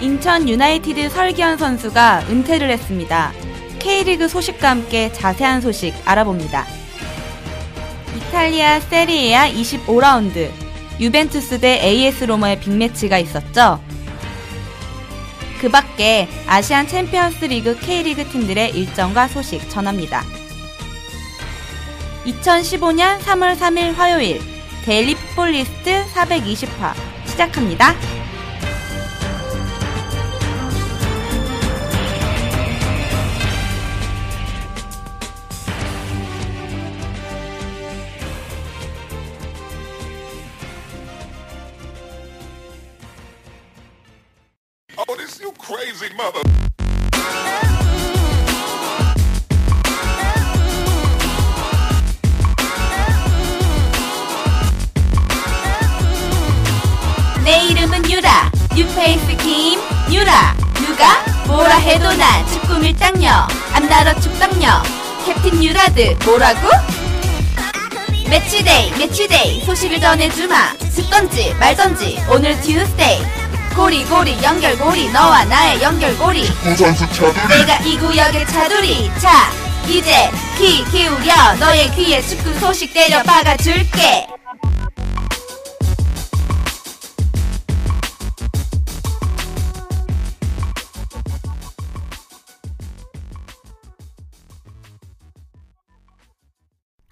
인천 유나이티드 설기현 선수가 은퇴를 했습니다. K리그 소식과 함께 자세한 소식 알아봅니다. 이탈리아 세리에아 25라운드 유벤투스 대 AS 로마의 빅매치가 있었죠. 그 밖에 아시안 챔피언스 리그 K리그 팀들의 일정과 소식 전합니다. 2015년 3월 3일 화요일 데일리 풋볼 리스트 420화 시작합니다. Oh, this you crazy mother. 내 이름은 유라 뉴페이스 김 유라 누가 뭐라 해도 난 축구 밀당녀 암나라 축당녀 캡틴 유라드 뭐라고? 매치데이 매치데이 소식을 전해주마 듣던지 말던지 오늘 튜스데이 고리고리 연결고리 너와 나의 연결고리 내가 이 구역의 차두리 자 이제 귀 기울여 너의 귀에 축구 소식 때려 박아줄게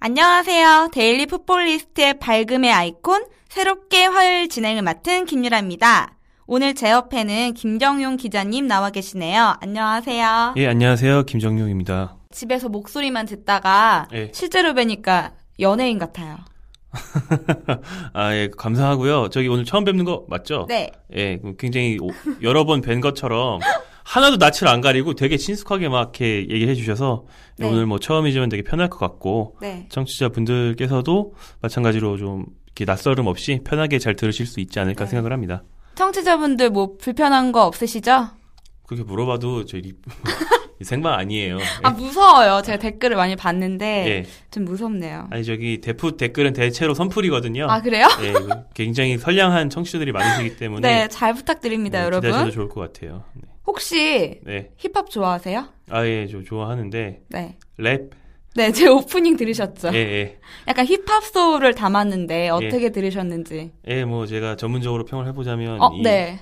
안녕하세요. 데일리 풋볼리스트의 밝음의 아이콘, 새롭게 화요일 진행을 맡은 김유라입니다. 오늘 제 옆에는 김정용 기자님 나와 계시네요. 안녕하세요. 예, 안녕하세요. 김정용입니다. 집에서 목소리만 듣다가 예. 실제로 뵈니까 연예인 같아요. 아, 예, 감사하고요. 저기 오늘 처음 뵙는 거 맞죠? 네. 예, 굉장히 오- 여러 번 뵌 것처럼 하나도 낯을 안 가리고 되게 친숙하게 막 이렇게 얘기해 주셔서 예, 네. 오늘 뭐 처음이지만 되게 편할 것 같고 네. 청취자분들께서도 마찬가지로 좀 이렇게 낯설음 없이 편하게 잘 들으실 수 있지 않을까 네. 생각을 합니다. 청취자분들 뭐 불편한 거 없으시죠? 예. 그렇게 물어봐도 저희 생방 아니에요. 아, 네. 무서워요. 제가 댓글을 많이 봤는데 예. 좀 무섭네요. 아니 저기 대프 댓글은 대체로 선풀이거든요. 아, 그래요? 예, 굉장히 선량한 청취자들이 많으시기 때문에 네, 잘 부탁드립니다, 네, 여러분. 기대하셔도 좋을 것 같아요. 네. 혹시 네. 힙합 좋아하세요? 아, 예, 저 좋아하는데, 네. 랩? 네, 제 오프닝 들으셨죠? 예, 예. 약간 힙합 소울을 담았는데 어떻게 들으셨는지. 예, 뭐, 제가 전문적으로 평을 해보자면, 어, 이- 네.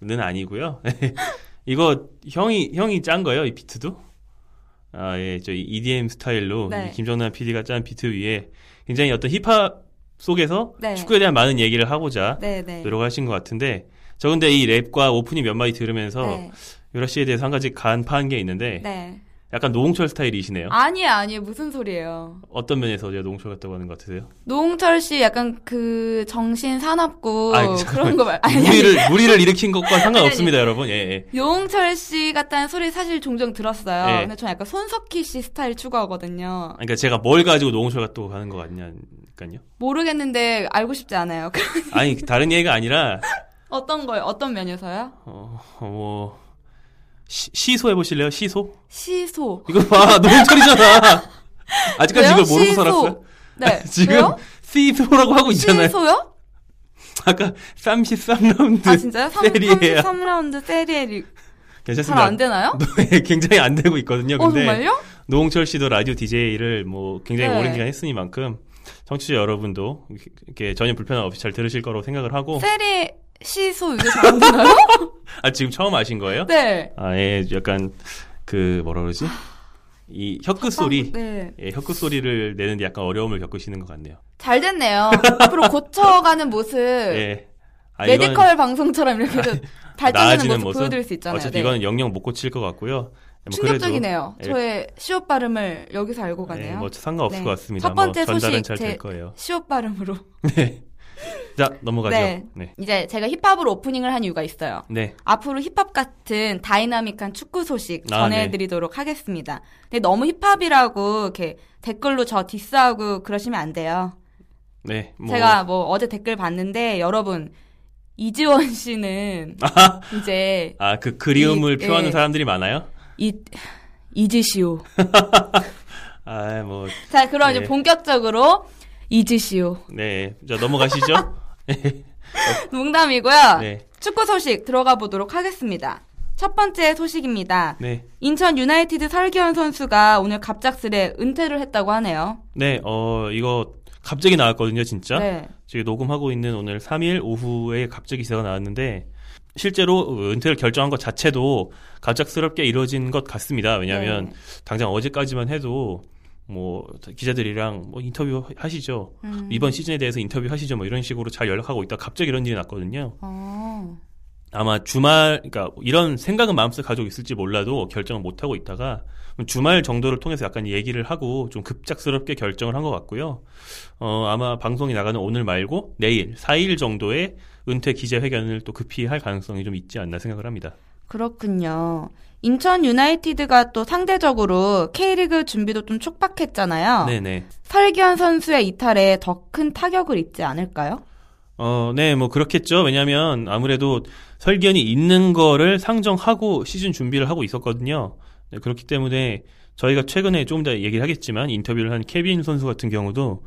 는 아니고요 이거, 형이, 형이 짠 거예요, 이 비트도? 아, 예, 저 이 EDM 스타일로, 네. 이 김정남 PD가 짠 비트 위에 굉장히 어떤 힙합 속에서 네. 축구에 대한 많은 얘기를 하고자 네, 네. 노력하신 것 같은데, 저 근데 이 랩과 오프닝 몇 마디 들으면서, 네. 유라 씨에 대해서 한 가지 간파한 게 있는데, 네. 약간 노홍철 스타일이시네요. 아니에요, 아니에요. 무슨 소리예요. 어떤 면에서 제가 노홍철 같다고 하는 것 같으세요? 노홍철 씨 약간 그 정신 사납고 아니, 그런 거 말. 아니, 아니. 무리를 무리를 일으킨 것과 상관없습니다, 여러분. 예, 예. 노홍철 씨 같다는 소리 사실 종종 들었어요. 네. 근데 저는 약간 손석희 씨 스타일 추구하거든요. 그러니까 제가 뭘 가지고 노홍철 같다고 가는 거 아니냐니까요. 모르겠는데 알고 싶지 않아요. 아니 다른 얘기가 아니라 어떤 거요? 어떤 면에서요? 어, 뭐 시, 시소 해보실래요? 시소? 시소. 이거 봐 노홍철이잖아. 아직까지 왜요? 이걸 모르고 시소. 살았어요? 네. 지금 왜요? 시소라고 하고 있잖아요. 시소요? 아까 33라운드 아 진짜요? 3, 세리에요. 33라운드 세리에 괜찮습니다. 잘안 되나요? 네, 굉장히 안 되고 있거든요. 어 네, 근데 정말요? 노홍철 씨도 라디오 DJ를 뭐 굉장히 네. 오랜 기간 했으니만큼 청취자 여러분도 이렇게 전혀 불편함 없이 잘 들으실 거라고 생각을 하고 세리 시소 이게 잘안 되나요? 아 지금 처음 아신 거예요? 네. 아예 약간 그 뭐라 그러지? 이 혀끝 소리 네. 예, 혀끝 소리를 내는데 약간 어려움을 겪으시는 것 같네요. 잘 됐네요. 앞으로 고쳐가는 모습. 예. 아, 네. 메디컬 이거는 방송처럼 이렇게 좀 발전하는 나아지는 모습, 보여드릴 수 있잖아요. 어차피 네. 이거는 영영 못 고칠 것 같고요. 뭐 충격적이네요. 그래도, 예, 저의 시옷 발음을 여기서 알고 가네요. 예, 뭐 상관없을 네. 것 같습니다. 첫 번째 뭐 전달은 소식 잘 될 제- 거예요. 시옷 발음으로. 네. 자 넘어가죠. 네. 네. 이제 제가 힙합으로 오프닝을 한 이유가 있어요. 네. 앞으로 힙합 같은 다이나믹한 축구 소식 아, 전해드리도록 하겠습니다. 근데 너무 힙합이라고 이렇게 댓글로 저 디스하고 그러시면 안 돼요. 네. 뭐, 제가 뭐 어제 댓글 봤는데 여러분 이지원 씨는 아. 이제 아그 그리움을 이- 표하는 예. 사람들이 많아요. 이 이지시오. 아뭐 자 그럼 네. 이제 본격적으로 이지시오. 네. 자 넘어가시죠. 농담이고요. 네. 축구 소식 들어가 보도록 하겠습니다. 첫 번째 소식입니다. 네. 인천 유나이티드 설기현 선수가 오늘 갑작스레 은퇴를 했다고 하네요. 네. 어 이거 갑자기 나왔거든요, 진짜. 네. 지금 녹음하고 있는 오늘 3일 오후에 갑자기 기사가 나왔는데 실제로 은퇴를 결정한 것 자체도 갑작스럽게 이루어진 것 같습니다. 왜냐하면 네. 당장 어제까지만 해도 뭐 기자들이랑 뭐 인터뷰 하시죠. 음. 이번 시즌에 대해서 인터뷰 하시죠. 뭐 이런 식으로 잘 연락하고 있다. 갑자기 이런 일이 났거든요. 어. 아마 주말 그러니까 이런 생각은 마음속에 가지고 있을지 몰라도 결정을 못 하고 있다가 주말 정도를 통해서 약간 얘기를 하고 좀 급작스럽게 결정을 한 것 같고요. 어 아마 방송이 나가는 오늘 말고 내일 4일 정도에 은퇴 기자회견을 또 급히 할 가능성이 좀 있지 않나 생각을 합니다. 그렇군요. 인천 유나이티드가 또 상대적으로 K리그 준비도 좀 촉박했잖아요. 네네. 설기현 선수의 이탈에 더 큰 타격을 입지 않을까요? 어, 네, 뭐 그렇겠죠. 왜냐하면 아무래도 설기현이 있는 거를 상정하고 시즌 준비를 하고 있었거든요. 네, 그렇기 때문에 저희가 최근에 조금 더 얘기를 하겠지만 인터뷰를 한 케빈 선수 같은 경우도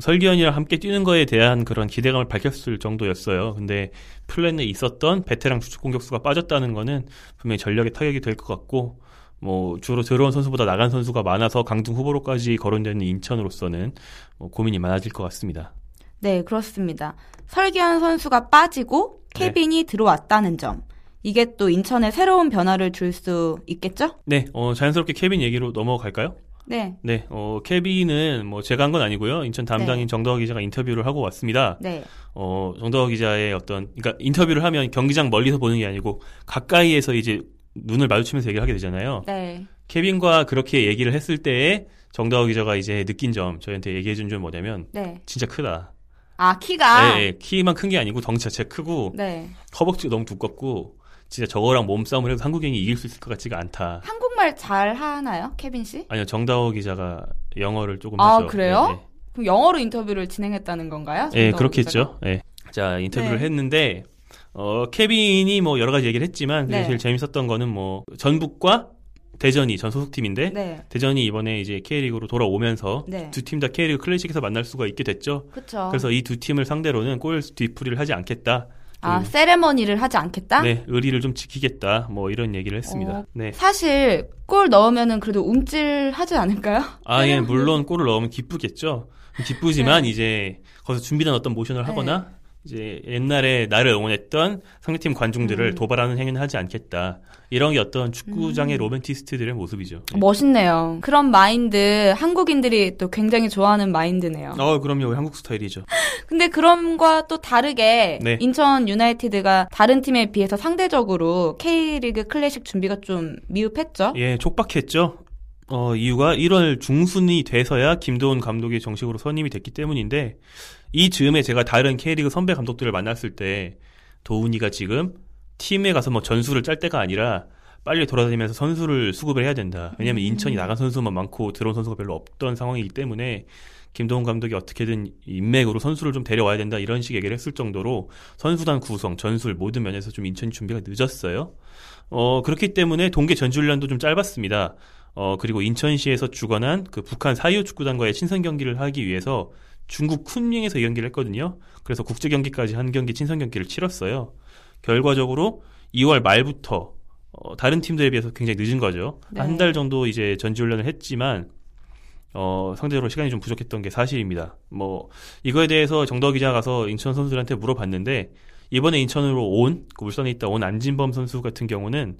설기현이랑 함께 뛰는 거에 대한 그런 기대감을 밝혔을 정도였어요. 근데 플랜에 있었던 베테랑 주축 공격수가 빠졌다는 거는 분명히 전력에 타격이 될 것 같고 뭐 주로 들어온 선수보다 나간 선수가 많아서 강등 후보로까지 거론되는 인천으로서는 뭐 고민이 많아질 것 같습니다. 네, 그렇습니다. 설기현 선수가 빠지고 네. 케빈이 들어왔다는 점. 이게 또 인천에 새로운 변화를 줄 수 있겠죠? 네, 어, 자연스럽게 케빈 얘기로 넘어갈까요? 네. 네, 어, 케빈은 뭐 제가 한 건 아니고요. 인천 담당인 정다호 기자가 인터뷰를 하고 왔습니다. 네. 어, 정다호 기자의 어떤, 그러니까 인터뷰를 하면 경기장 멀리서 보는 게 아니고 가까이에서 이제 눈을 마주치면서 얘기를 하게 되잖아요. 네. 케빈과 그렇게 얘기를 했을 때에 정다호 기자가 이제 느낀 점, 저희한테 얘기해 준 점 뭐냐면 네. 진짜 크다. 아, 키가 예, 예, 키만 큰 게 아니고 덩치 자체 크고 네. 허벅지가 너무 두껍고 진짜 저거랑 몸싸움을 해도 한국인이 이길 수 있을 것 같지가 않다. 한국말 잘 하나요, 케빈 씨? 아니요 정다호 기자가 영어를 조금 아, 하죠. 그래요? 그럼 영어로 인터뷰를 진행했다는 건가요? 예, 예. 예, 정다운 기자가? 그렇겠죠. 예. 자 인터뷰를 네. 했는데 어 케빈이 뭐 여러 가지 얘기를 했지만 그게 네. 제일 재밌었던 거는 뭐 전북과 대전이 전 소속팀인데 네. 대전이 이번에 이제 K리그로 돌아오면서 네. 두 팀 다 K리그 클래식에서 만날 수가 있게 됐죠. 그렇죠. 그래서 이 두 팀을 상대로는 골 뒤풀이를 하지 않겠다. 아, 음. 세레머니를 하지 않겠다? 네, 의리를 좀 지키겠다. 뭐 이런 얘기를 했습니다. 어. 네. 사실 골 넣으면은 그래도 움찔하지 않을까요? 아, 예, 물론 골을 넣으면 기쁘겠죠. 기쁘지만 이제 거기서 준비된 어떤 모션을 하거나 이제 옛날에 나를 응원했던 상대팀 관중들을 음. 도발하는 행위는 하지 않겠다. 이런 게 어떤 축구장의 로맨티스트들의 모습이죠. 음. 예. 멋있네요. 그런 마인드 한국인들이 또 굉장히 좋아하는 마인드네요. 어, 그럼요. 우리 한국 스타일이죠. 근데 그럼과 또 다르게 네. 인천 유나이티드가 다른 팀에 비해서 상대적으로 K리그 클래식 준비가 좀 미흡했죠? 예, 촉박했죠. 어, 이유가 1월 중순이 돼서야 김도훈 감독이 정식으로 선임이 됐기 때문인데 이 즈음에 제가 다른 K리그 선배 감독들을 만났을 때 도훈이가 지금 팀에 가서 뭐 전술을 짤 때가 아니라 빨리 돌아다니면서 선수를 수급을 해야 된다. 왜냐면 음. 인천이 나간 선수만 많고 들어온 선수가 별로 없던 상황이기 때문에 김동훈 감독이 어떻게든 인맥으로 선수를 좀 데려와야 된다 이런 식 얘기를 했을 정도로 선수단 구성, 전술 모든 면에서 좀 인천이 준비가 늦었어요. 어, 그렇기 때문에 동계 전지훈련도 좀 짧았습니다. 어, 그리고 인천시에서 주관한 그 북한 사이오 축구단과의 친선 경기를 하기 위해서 중국 쿤밍에서 이 경기를 했거든요. 그래서 국제 경기까지 한 경기 친선 경기를 치렀어요. 결과적으로 2월 말부터 어, 다른 팀들에 비해서 굉장히 늦은 거죠. 네. 한 달 정도 이제 전지훈련을 했지만 어, 상대적으로 시간이 좀 부족했던 게 사실입니다. 뭐 이거에 대해서 정덕 기자가 가서 인천 선수들한테 물어봤는데 이번에 인천으로 온, 그 울산에 있다 온 안진범 선수 같은 경우는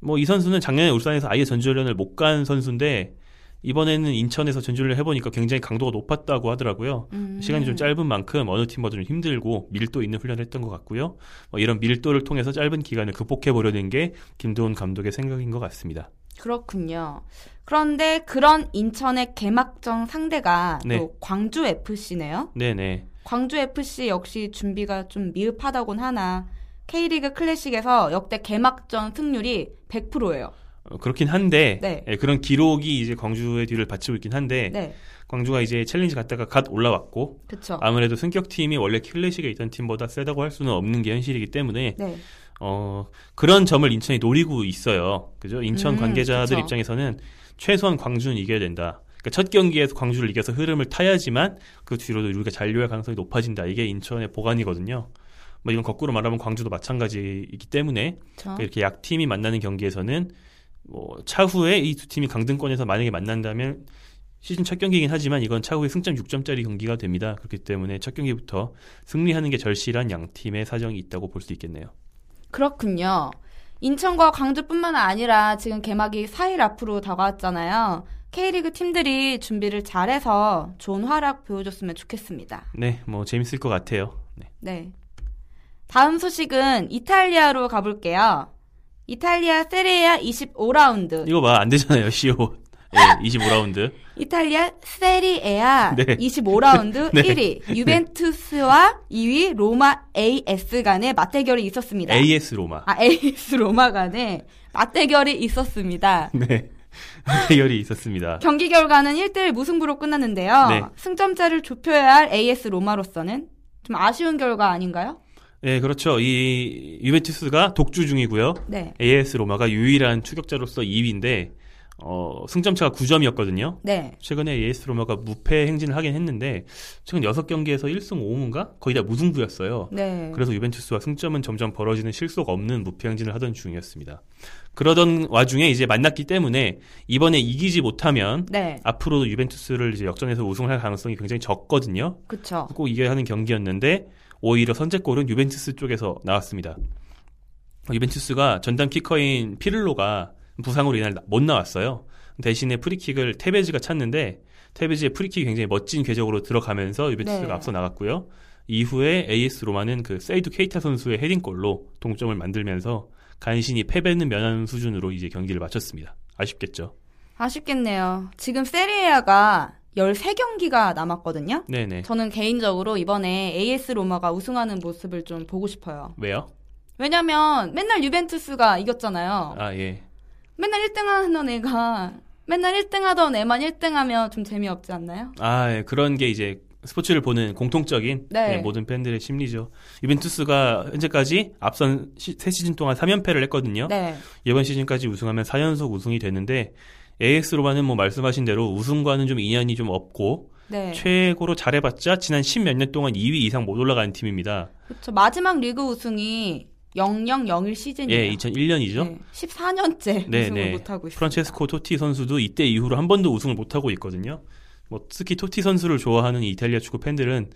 뭐 이 선수는 작년에 울산에서 아예 전지훈련을 못 간 선수인데 이번에는 인천에서 전지훈련을 해보니까 굉장히 강도가 높았다고 하더라고요. 음. 예. 시간이 좀 짧은 만큼 어느 팀보다 좀 힘들고 밀도 있는 훈련을 했던 것 같고요. 뭐 이런 밀도를 통해서 짧은 기간을 극복해 보려는 게 김도훈 감독의 생각인 것 같습니다. 그렇군요. 그런데 그런 인천의 개막전 상대가 네. 또 광주 FC네요. 네네. 광주 FC 역시 준비가 좀 미흡하다곤 하나 K리그 클래식에서 역대 개막전 승률이 100%예요. 어, 그렇긴 한데 네. 예, 그런 기록이 이제 광주의 뒤를 받치고 있긴 한데 네, 광주가 이제 챌린지 갔다가 갓 올라왔고 그렇죠. 아무래도 승격팀이 원래 클래식에 있던 팀보다 세다고 할 수는 없는 게 현실이기 때문에 네, 어, 그런 점을 인천이 노리고 있어요. 그죠? 인천 음, 관계자들 그쵸. 입장에서는 최소한 광주는 이겨야 된다. 그러니까 첫 경기에서 광주를 이겨서 흐름을 타야지만 그 뒤로도 우리가 잔류할 가능성이 높아진다. 이게 인천의 보관이거든요. 뭐 이건 거꾸로 말하면 광주도 마찬가지이기 때문에 그렇죠. 그러니까 이렇게 약 팀이 만나는 경기에서는 뭐 차후에 이 두 팀이 강등권에서 만약에 만난다면 시즌 첫 경기이긴 하지만 이건 차후에 승점 6점짜리 경기가 됩니다. 그렇기 때문에 첫 경기부터 승리하는 게 절실한 양 팀의 사정이 있다고 볼 수 있겠네요. 그렇군요. 인천과 광주뿐만 아니라 지금 개막이 4일 앞으로 다가왔잖아요. K리그 팀들이 준비를 잘해서 좋은 활약 보여줬으면 좋겠습니다. 네, 뭐 재밌을 것 같아요. 네. 네. 다음 소식은 이탈리아로 가볼게요. 이탈리아 세리아 25라운드. 이거 봐, 안 되잖아요, CO. 예, 25라운드. 이탈리아 세리에아 네. 25라운드 네. 1위 유벤투스와 2위 로마 AS 간의 맞대결이 있었습니다. AS 로마. 아 AS 로마 간의 맞대결이 있었습니다. 네. 대결이 있었습니다. 경기 결과는 1대1 무승부로 끝났는데요. 네. 승점차를 좁혀야 할 AS 로마로서는 좀 아쉬운 결과 아닌가요? 네, 그렇죠. 이 유벤투스가 독주 중이고요. 네. AS 로마가 유일한 추격자로서 2위인데 어, 승점차가 9점이었거든요. 네. 최근에 AS 로마가 무패 행진을 하긴 했는데 최근 6경기에서 1승 5무인가? 거의 다 무승부였어요. 네. 그래서 유벤투스와 승점은 점점 벌어지는 실속 없는 무패 행진을 하던 중이었습니다. 그러던 와중에 이제 만났기 때문에 이번에 이기지 못하면 네. 앞으로도 유벤투스를 이제 역전해서 우승을 할 가능성이 굉장히 적거든요. 그쵸. 꼭 이겨야 하는 경기였는데 오히려 선제골은 유벤투스 쪽에서 나왔습니다. 유벤투스가 전담 키커인 피를로가 부상으로 이날 못 나왔어요. 대신에 프리킥을 테베즈가 찼는데 테베즈의 프리킥이 굉장히 멋진 궤적으로 들어가면서 유벤투스가 네. 앞서 나갔고요. 이후에 AS 로마는 그 세이두 케이타 선수의 헤딩골로 동점을 만들면서 간신히 패배는 면한 수준으로 이제 경기를 마쳤습니다. 아쉽겠죠. 아쉽겠네요. 지금 세리에아가 13경기가 남았거든요. 네네. 저는 개인적으로 이번에 AS 로마가 우승하는 모습을 좀 보고 싶어요. 왜요? 왜냐면 맨날 유벤투스가 이겼잖아요. 아 예. 맨날 1등 하던 애가 맨날 1등 하던 애만 1등 하면 좀 재미없지 않나요? 아, 예. 그런 게 이제 스포츠를 보는 공통적인 네. 예, 모든 팬들의 심리죠. 유벤투스가 현재까지 앞선 시, 세 시즌 동안 3연패를 했거든요. 네. 이번 시즌까지 우승하면 4연속 우승이 되는데 AS 로마는 뭐 말씀하신 대로 우승과는 좀 인연이 좀 없고 네. 최고로 잘해봤자 지난 10몇 년 동안 2위 이상 못 올라간 팀입니다. 그쵸. 마지막 리그 우승이 0001 시즌이에요. 예, 네. 2001년이죠. 14년째 네, 우승을 네. 못하고 있어요. 프란체스코 토티 선수도 이때 이후로 한 번도 우승을 못하고 있거든요. 뭐 특히 토티 선수를 좋아하는 이 이탈리아 축구 팬들은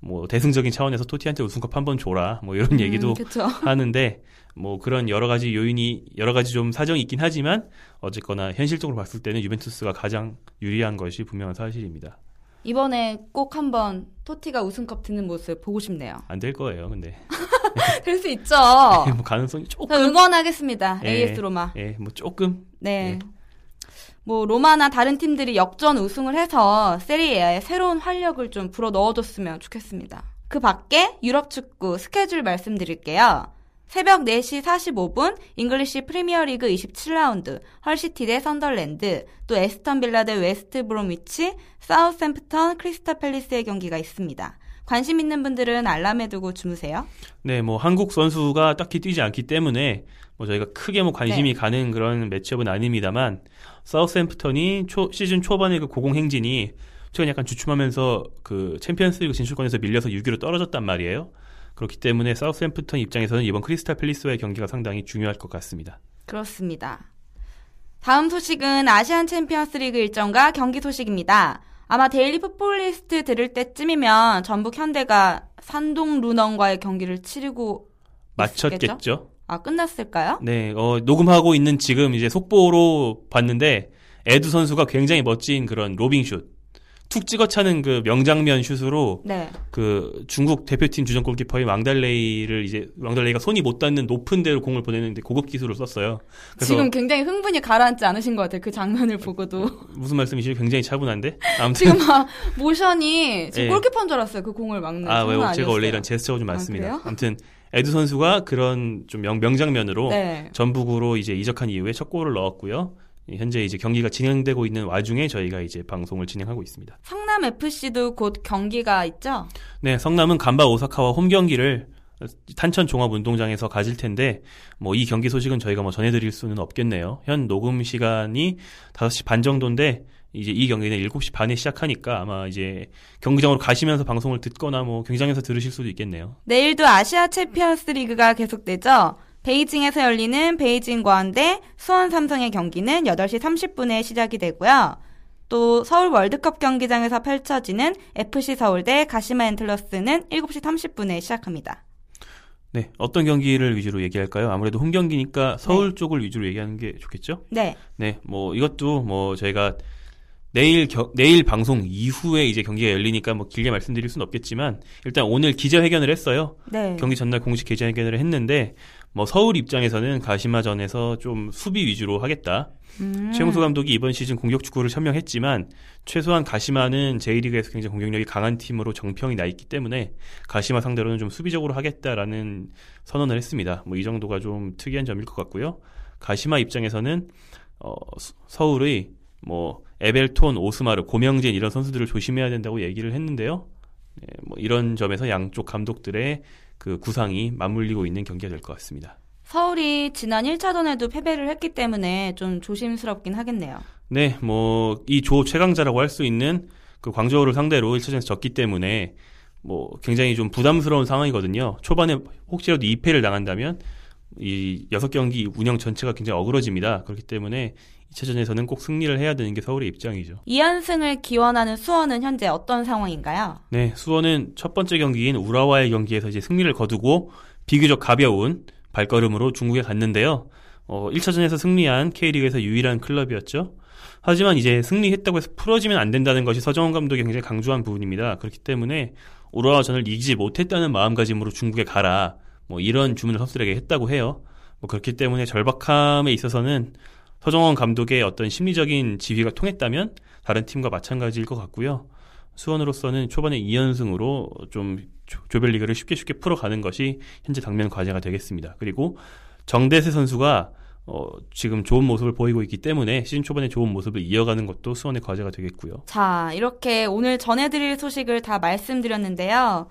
뭐 대승적인 차원에서 토티한테 우승컵 한 번 줘라 뭐 음. 이런 얘기도 그쵸. 하는데 뭐 그런 여러 가지 요인이 여러 가지 좀 사정이 있긴 하지만 어쨌거나 현실적으로 봤을 때는 유벤투스가 가장 유리한 것이 분명한 사실입니다. 이번에 꼭 한번 토티가 우승컵 드는 모습 보고 싶네요. 안 될 거예요, 근데 될 수 있죠. 뭐 가능성이 저 조금 응원하겠습니다. 예. AS 로마. 예, 뭐 조금 네. 예. 뭐 로마나 다른 팀들이 역전 우승을 해서 세리에에 새로운 활력을 좀 불어 넣어줬으면 좋겠습니다. 그 밖에 유럽 축구 스케줄 말씀드릴게요. 새벽 4시 45분 잉글리시 프리미어리그 27라운드 헐시티 대 선덜랜드 또 에스턴 빌라 대 웨스트 브롬위치 사우샘프턴 크리스타 팰리스의 경기가 있습니다. 관심 있는 분들은 알람에 두고 주무세요. 네, 뭐 한국 선수가 딱히 뛰지 않기 때문에 뭐 저희가 크게 뭐 관심이 가는 그런 매치업은 아닙니다만 사우스햄프턴이 초- 시즌 초반에 그 고공 행진이 최근 약간 주춤하면서 그 챔피언스리그 진출권에서 밀려서 6위로 떨어졌단 말이에요. 그렇기 때문에 사우스햄프턴 입장에서는 이번 크리스탈 팰리스와의 경기가 상당히 중요할 것 같습니다. 그렇습니다. 다음 소식은 아시안 챔피언스 리그 일정과 경기 소식입니다. 아마 데일리 풋볼리스트 들을 때쯤이면 전북 현대가 산동 루넌과의 경기를 치르고 맞췄겠죠? 아 끝났을까요? 네, 어, 녹음하고 있는 지금 이제 속보로 봤는데 에두 선수가 굉장히 멋진 그런 로빙슛 툭 찍어차는 그 명장면 슛으로 네. 그 중국 대표팀 주전 골키퍼인 왕달레이를 이제 왕달레이가 손이 못 닿는 높은 데로 공을 보내는데 고급 기술을 썼어요. 그래서 지금 굉장히 흥분이 가라앉지 않으신 것 같아요. 그 장면을 보고도. 무슨 말씀이시죠? 굉장히 차분한데 아무튼 지금 막 모션이 지금 예. 골키퍼인 줄 알았어요. 그 공을 막는. 아, 왜요? 장난 제가 원래 아니었어요. 이런 제스처가 좀 아, 많습니다. 그래요? 아, 무튼 에드 선수가 그런 좀 명, 명장면으로 네. 전북으로 이제 이적한 이후에 첫 골을 넣었고요. 현재 이제 경기가 진행되고 있는 와중에 저희가 이제 방송을 진행하고 있습니다. 성남 FC도 곧 경기가 있죠. 네, 성남은 간바 오사카와 홈 경기를 탄천 종합 운동장에서 가질 텐데 뭐 이 경기 소식은 저희가 뭐 전해드릴 수는 없겠네요. 현 녹음 시간이 5시 반 정도인데 이제 이 경기는 7시 반에 시작하니까 아마 이제 경기장으로 가시면서 방송을 듣거나 뭐 경기장에서 들으실 수도 있겠네요. 내일도 아시아 챔피언스 리그가 계속되죠. 베이징에서 열리는 베이징 과한대 수원 삼성의 경기는 8시 30분에 시작이 되고요. 또 서울 월드컵 경기장에서 펼쳐지는 FC 서울대 가시마 엔틀러스는 7시 30분에 시작합니다. 네, 어떤 경기를 위주로 얘기할까요? 아무래도 홈 경기니까 서울 쪽을 위주로 얘기하는 게 좋겠죠? 네. 네, 뭐 이것도 뭐 저희가 내일 겨- 내일 방송 이후에 이제 경기가 열리니까 뭐 길게 말씀드릴 수는 없겠지만 일단 오늘 기자회견을 했어요. 네. 경기 전날 공식 기자회견을 했는데 뭐 서울 입장에서는 가시마전에서 좀 수비 위주로 하겠다. 음. 최용수 감독이 이번 시즌 공격 축구를 천명했지만 최소한 가시마는 J리그에서 굉장히 공격력이 강한 팀으로 정평이 나 있기 때문에 가시마 상대로는 좀 수비적으로 하겠다라는 선언을 했습니다. 뭐 이 정도가 좀 특이한 점일 것 같고요. 가시마 입장에서는 어, 수- 서울의 뭐 에벨톤, 오스마르, 고명진 이런 선수들을 조심해야 된다고 얘기를 했는데요. 예, 뭐 이런 점에서 양쪽 감독들의 그 구상이 맞물리고 있는 경기가 될 것 같습니다. 서울이 지난 1차전에도 패배를 했기 때문에 좀 조심스럽긴 하겠네요. 네, 뭐, 이 조 최강자라고 할 수 있는 그 광저우를 상대로 1차전에서 졌기 때문에 뭐 굉장히 좀 부담스러운 상황이거든요. 초반에 혹시라도 2패를 당한다면 이 6경기 운영 전체가 굉장히 어그러집니다. 그렇기 때문에 2차전에서는 꼭 승리를 해야 되는 게 서울의 입장이죠. 이연승을 기원하는 수원은 현재 어떤 상황인가요? 네, 수원은 첫 번째 경기인 우라와의 경기에서 이제 승리를 거두고 비교적 가벼운 발걸음으로 중국에 갔는데요. 어, 1차전에서 승리한 K리그에서 유일한 클럽이었죠. 하지만 이제 승리했다고 해서 풀어지면 안 된다는 것이 서정원 감독이 굉장히 강조한 부분입니다. 그렇기 때문에 우라와전을 이기지 못했다는 마음가짐으로 중국에 가라. 뭐 이런 주문을 선수들에게 했다고 해요. 뭐 그렇기 때문에 절박함에 있어서는 서정원 감독의 어떤 심리적인 지휘가 통했다면 다른 팀과 마찬가지일 것 같고요. 수원으로서는 초반에 2연승으로 좀 조- 조별리그를 쉽게 쉽게 풀어가는 것이 현재 당면 과제가 되겠습니다. 그리고 정대세 선수가 어, 지금 좋은 모습을 보이고 있기 때문에 시즌 초반에 좋은 모습을 이어가는 것도 수원의 과제가 되겠고요. 자, 이렇게 오늘 전해드릴 소식을 다 말씀드렸는데요.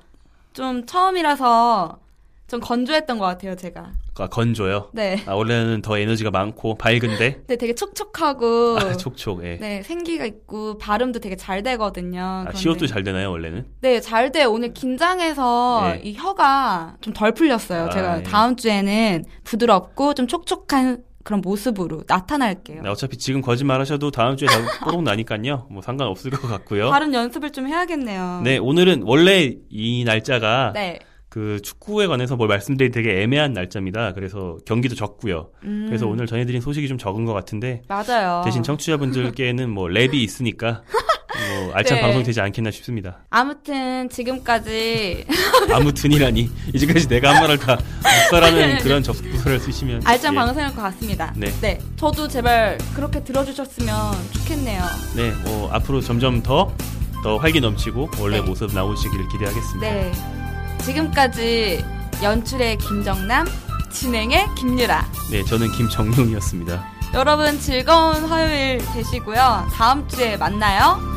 좀 처음이라서 좀 건조했던 것 같아요, 제가. 아, 건조요. 네. 아, 원래는 더 에너지가 많고 밝은데 근데 되게 촉촉하고, 아, 촉촉. 예. 네, 생기가 있고, 발음도 되게 잘 되거든요. 아, 그런데- 시옷도 잘 되나요 원래는? 네, 잘 돼. 오늘 긴장해서 네. 이 혀가 좀 덜 풀렸어요. 아, 제가 예. 다음 주에는 부드럽고 좀 촉촉한 그런 모습으로 나타날게요. 네, 어차피 지금 거짓말 하셔도 다음 주에 다 뽀록 나니까요. 뭐 상관없을 것 같고요. 발음 연습을 좀 해야겠네요. 네 오늘은 원래 이 날짜가 네. 그 축구에 관해서 뭘 말씀드리기 되게 애매한 날짜입니다. 그래서 경기도 적고요. 음, 그래서 오늘 전해드린 소식이 좀 적은 것 같은데 맞아요. 대신 청취자분들께는 뭐 랩이 있으니까 뭐 알찬 네. 방송이 되지 않겠나 싶습니다. 아무튼 지금까지 아무튼이라니 이제까지 내가 한 말을 다 아니, 아니, 묵살하는 아니. 그런 접근을 쓰시면 네. 알찬 예. 방송일 것 같습니다. 네. 저도 제발 그렇게 들어주셨으면 좋겠네요. 네, 뭐 앞으로 점점 더 더 활기 넘치고 원래 네. 모습 나오시길 기대하겠습니다. 네. 지금까지 연출의 김정남, 진행의 김유라. 네, 저는 김정용이었습니다. 여러분 즐거운 화요일 되시고요. 다음 주에 만나요.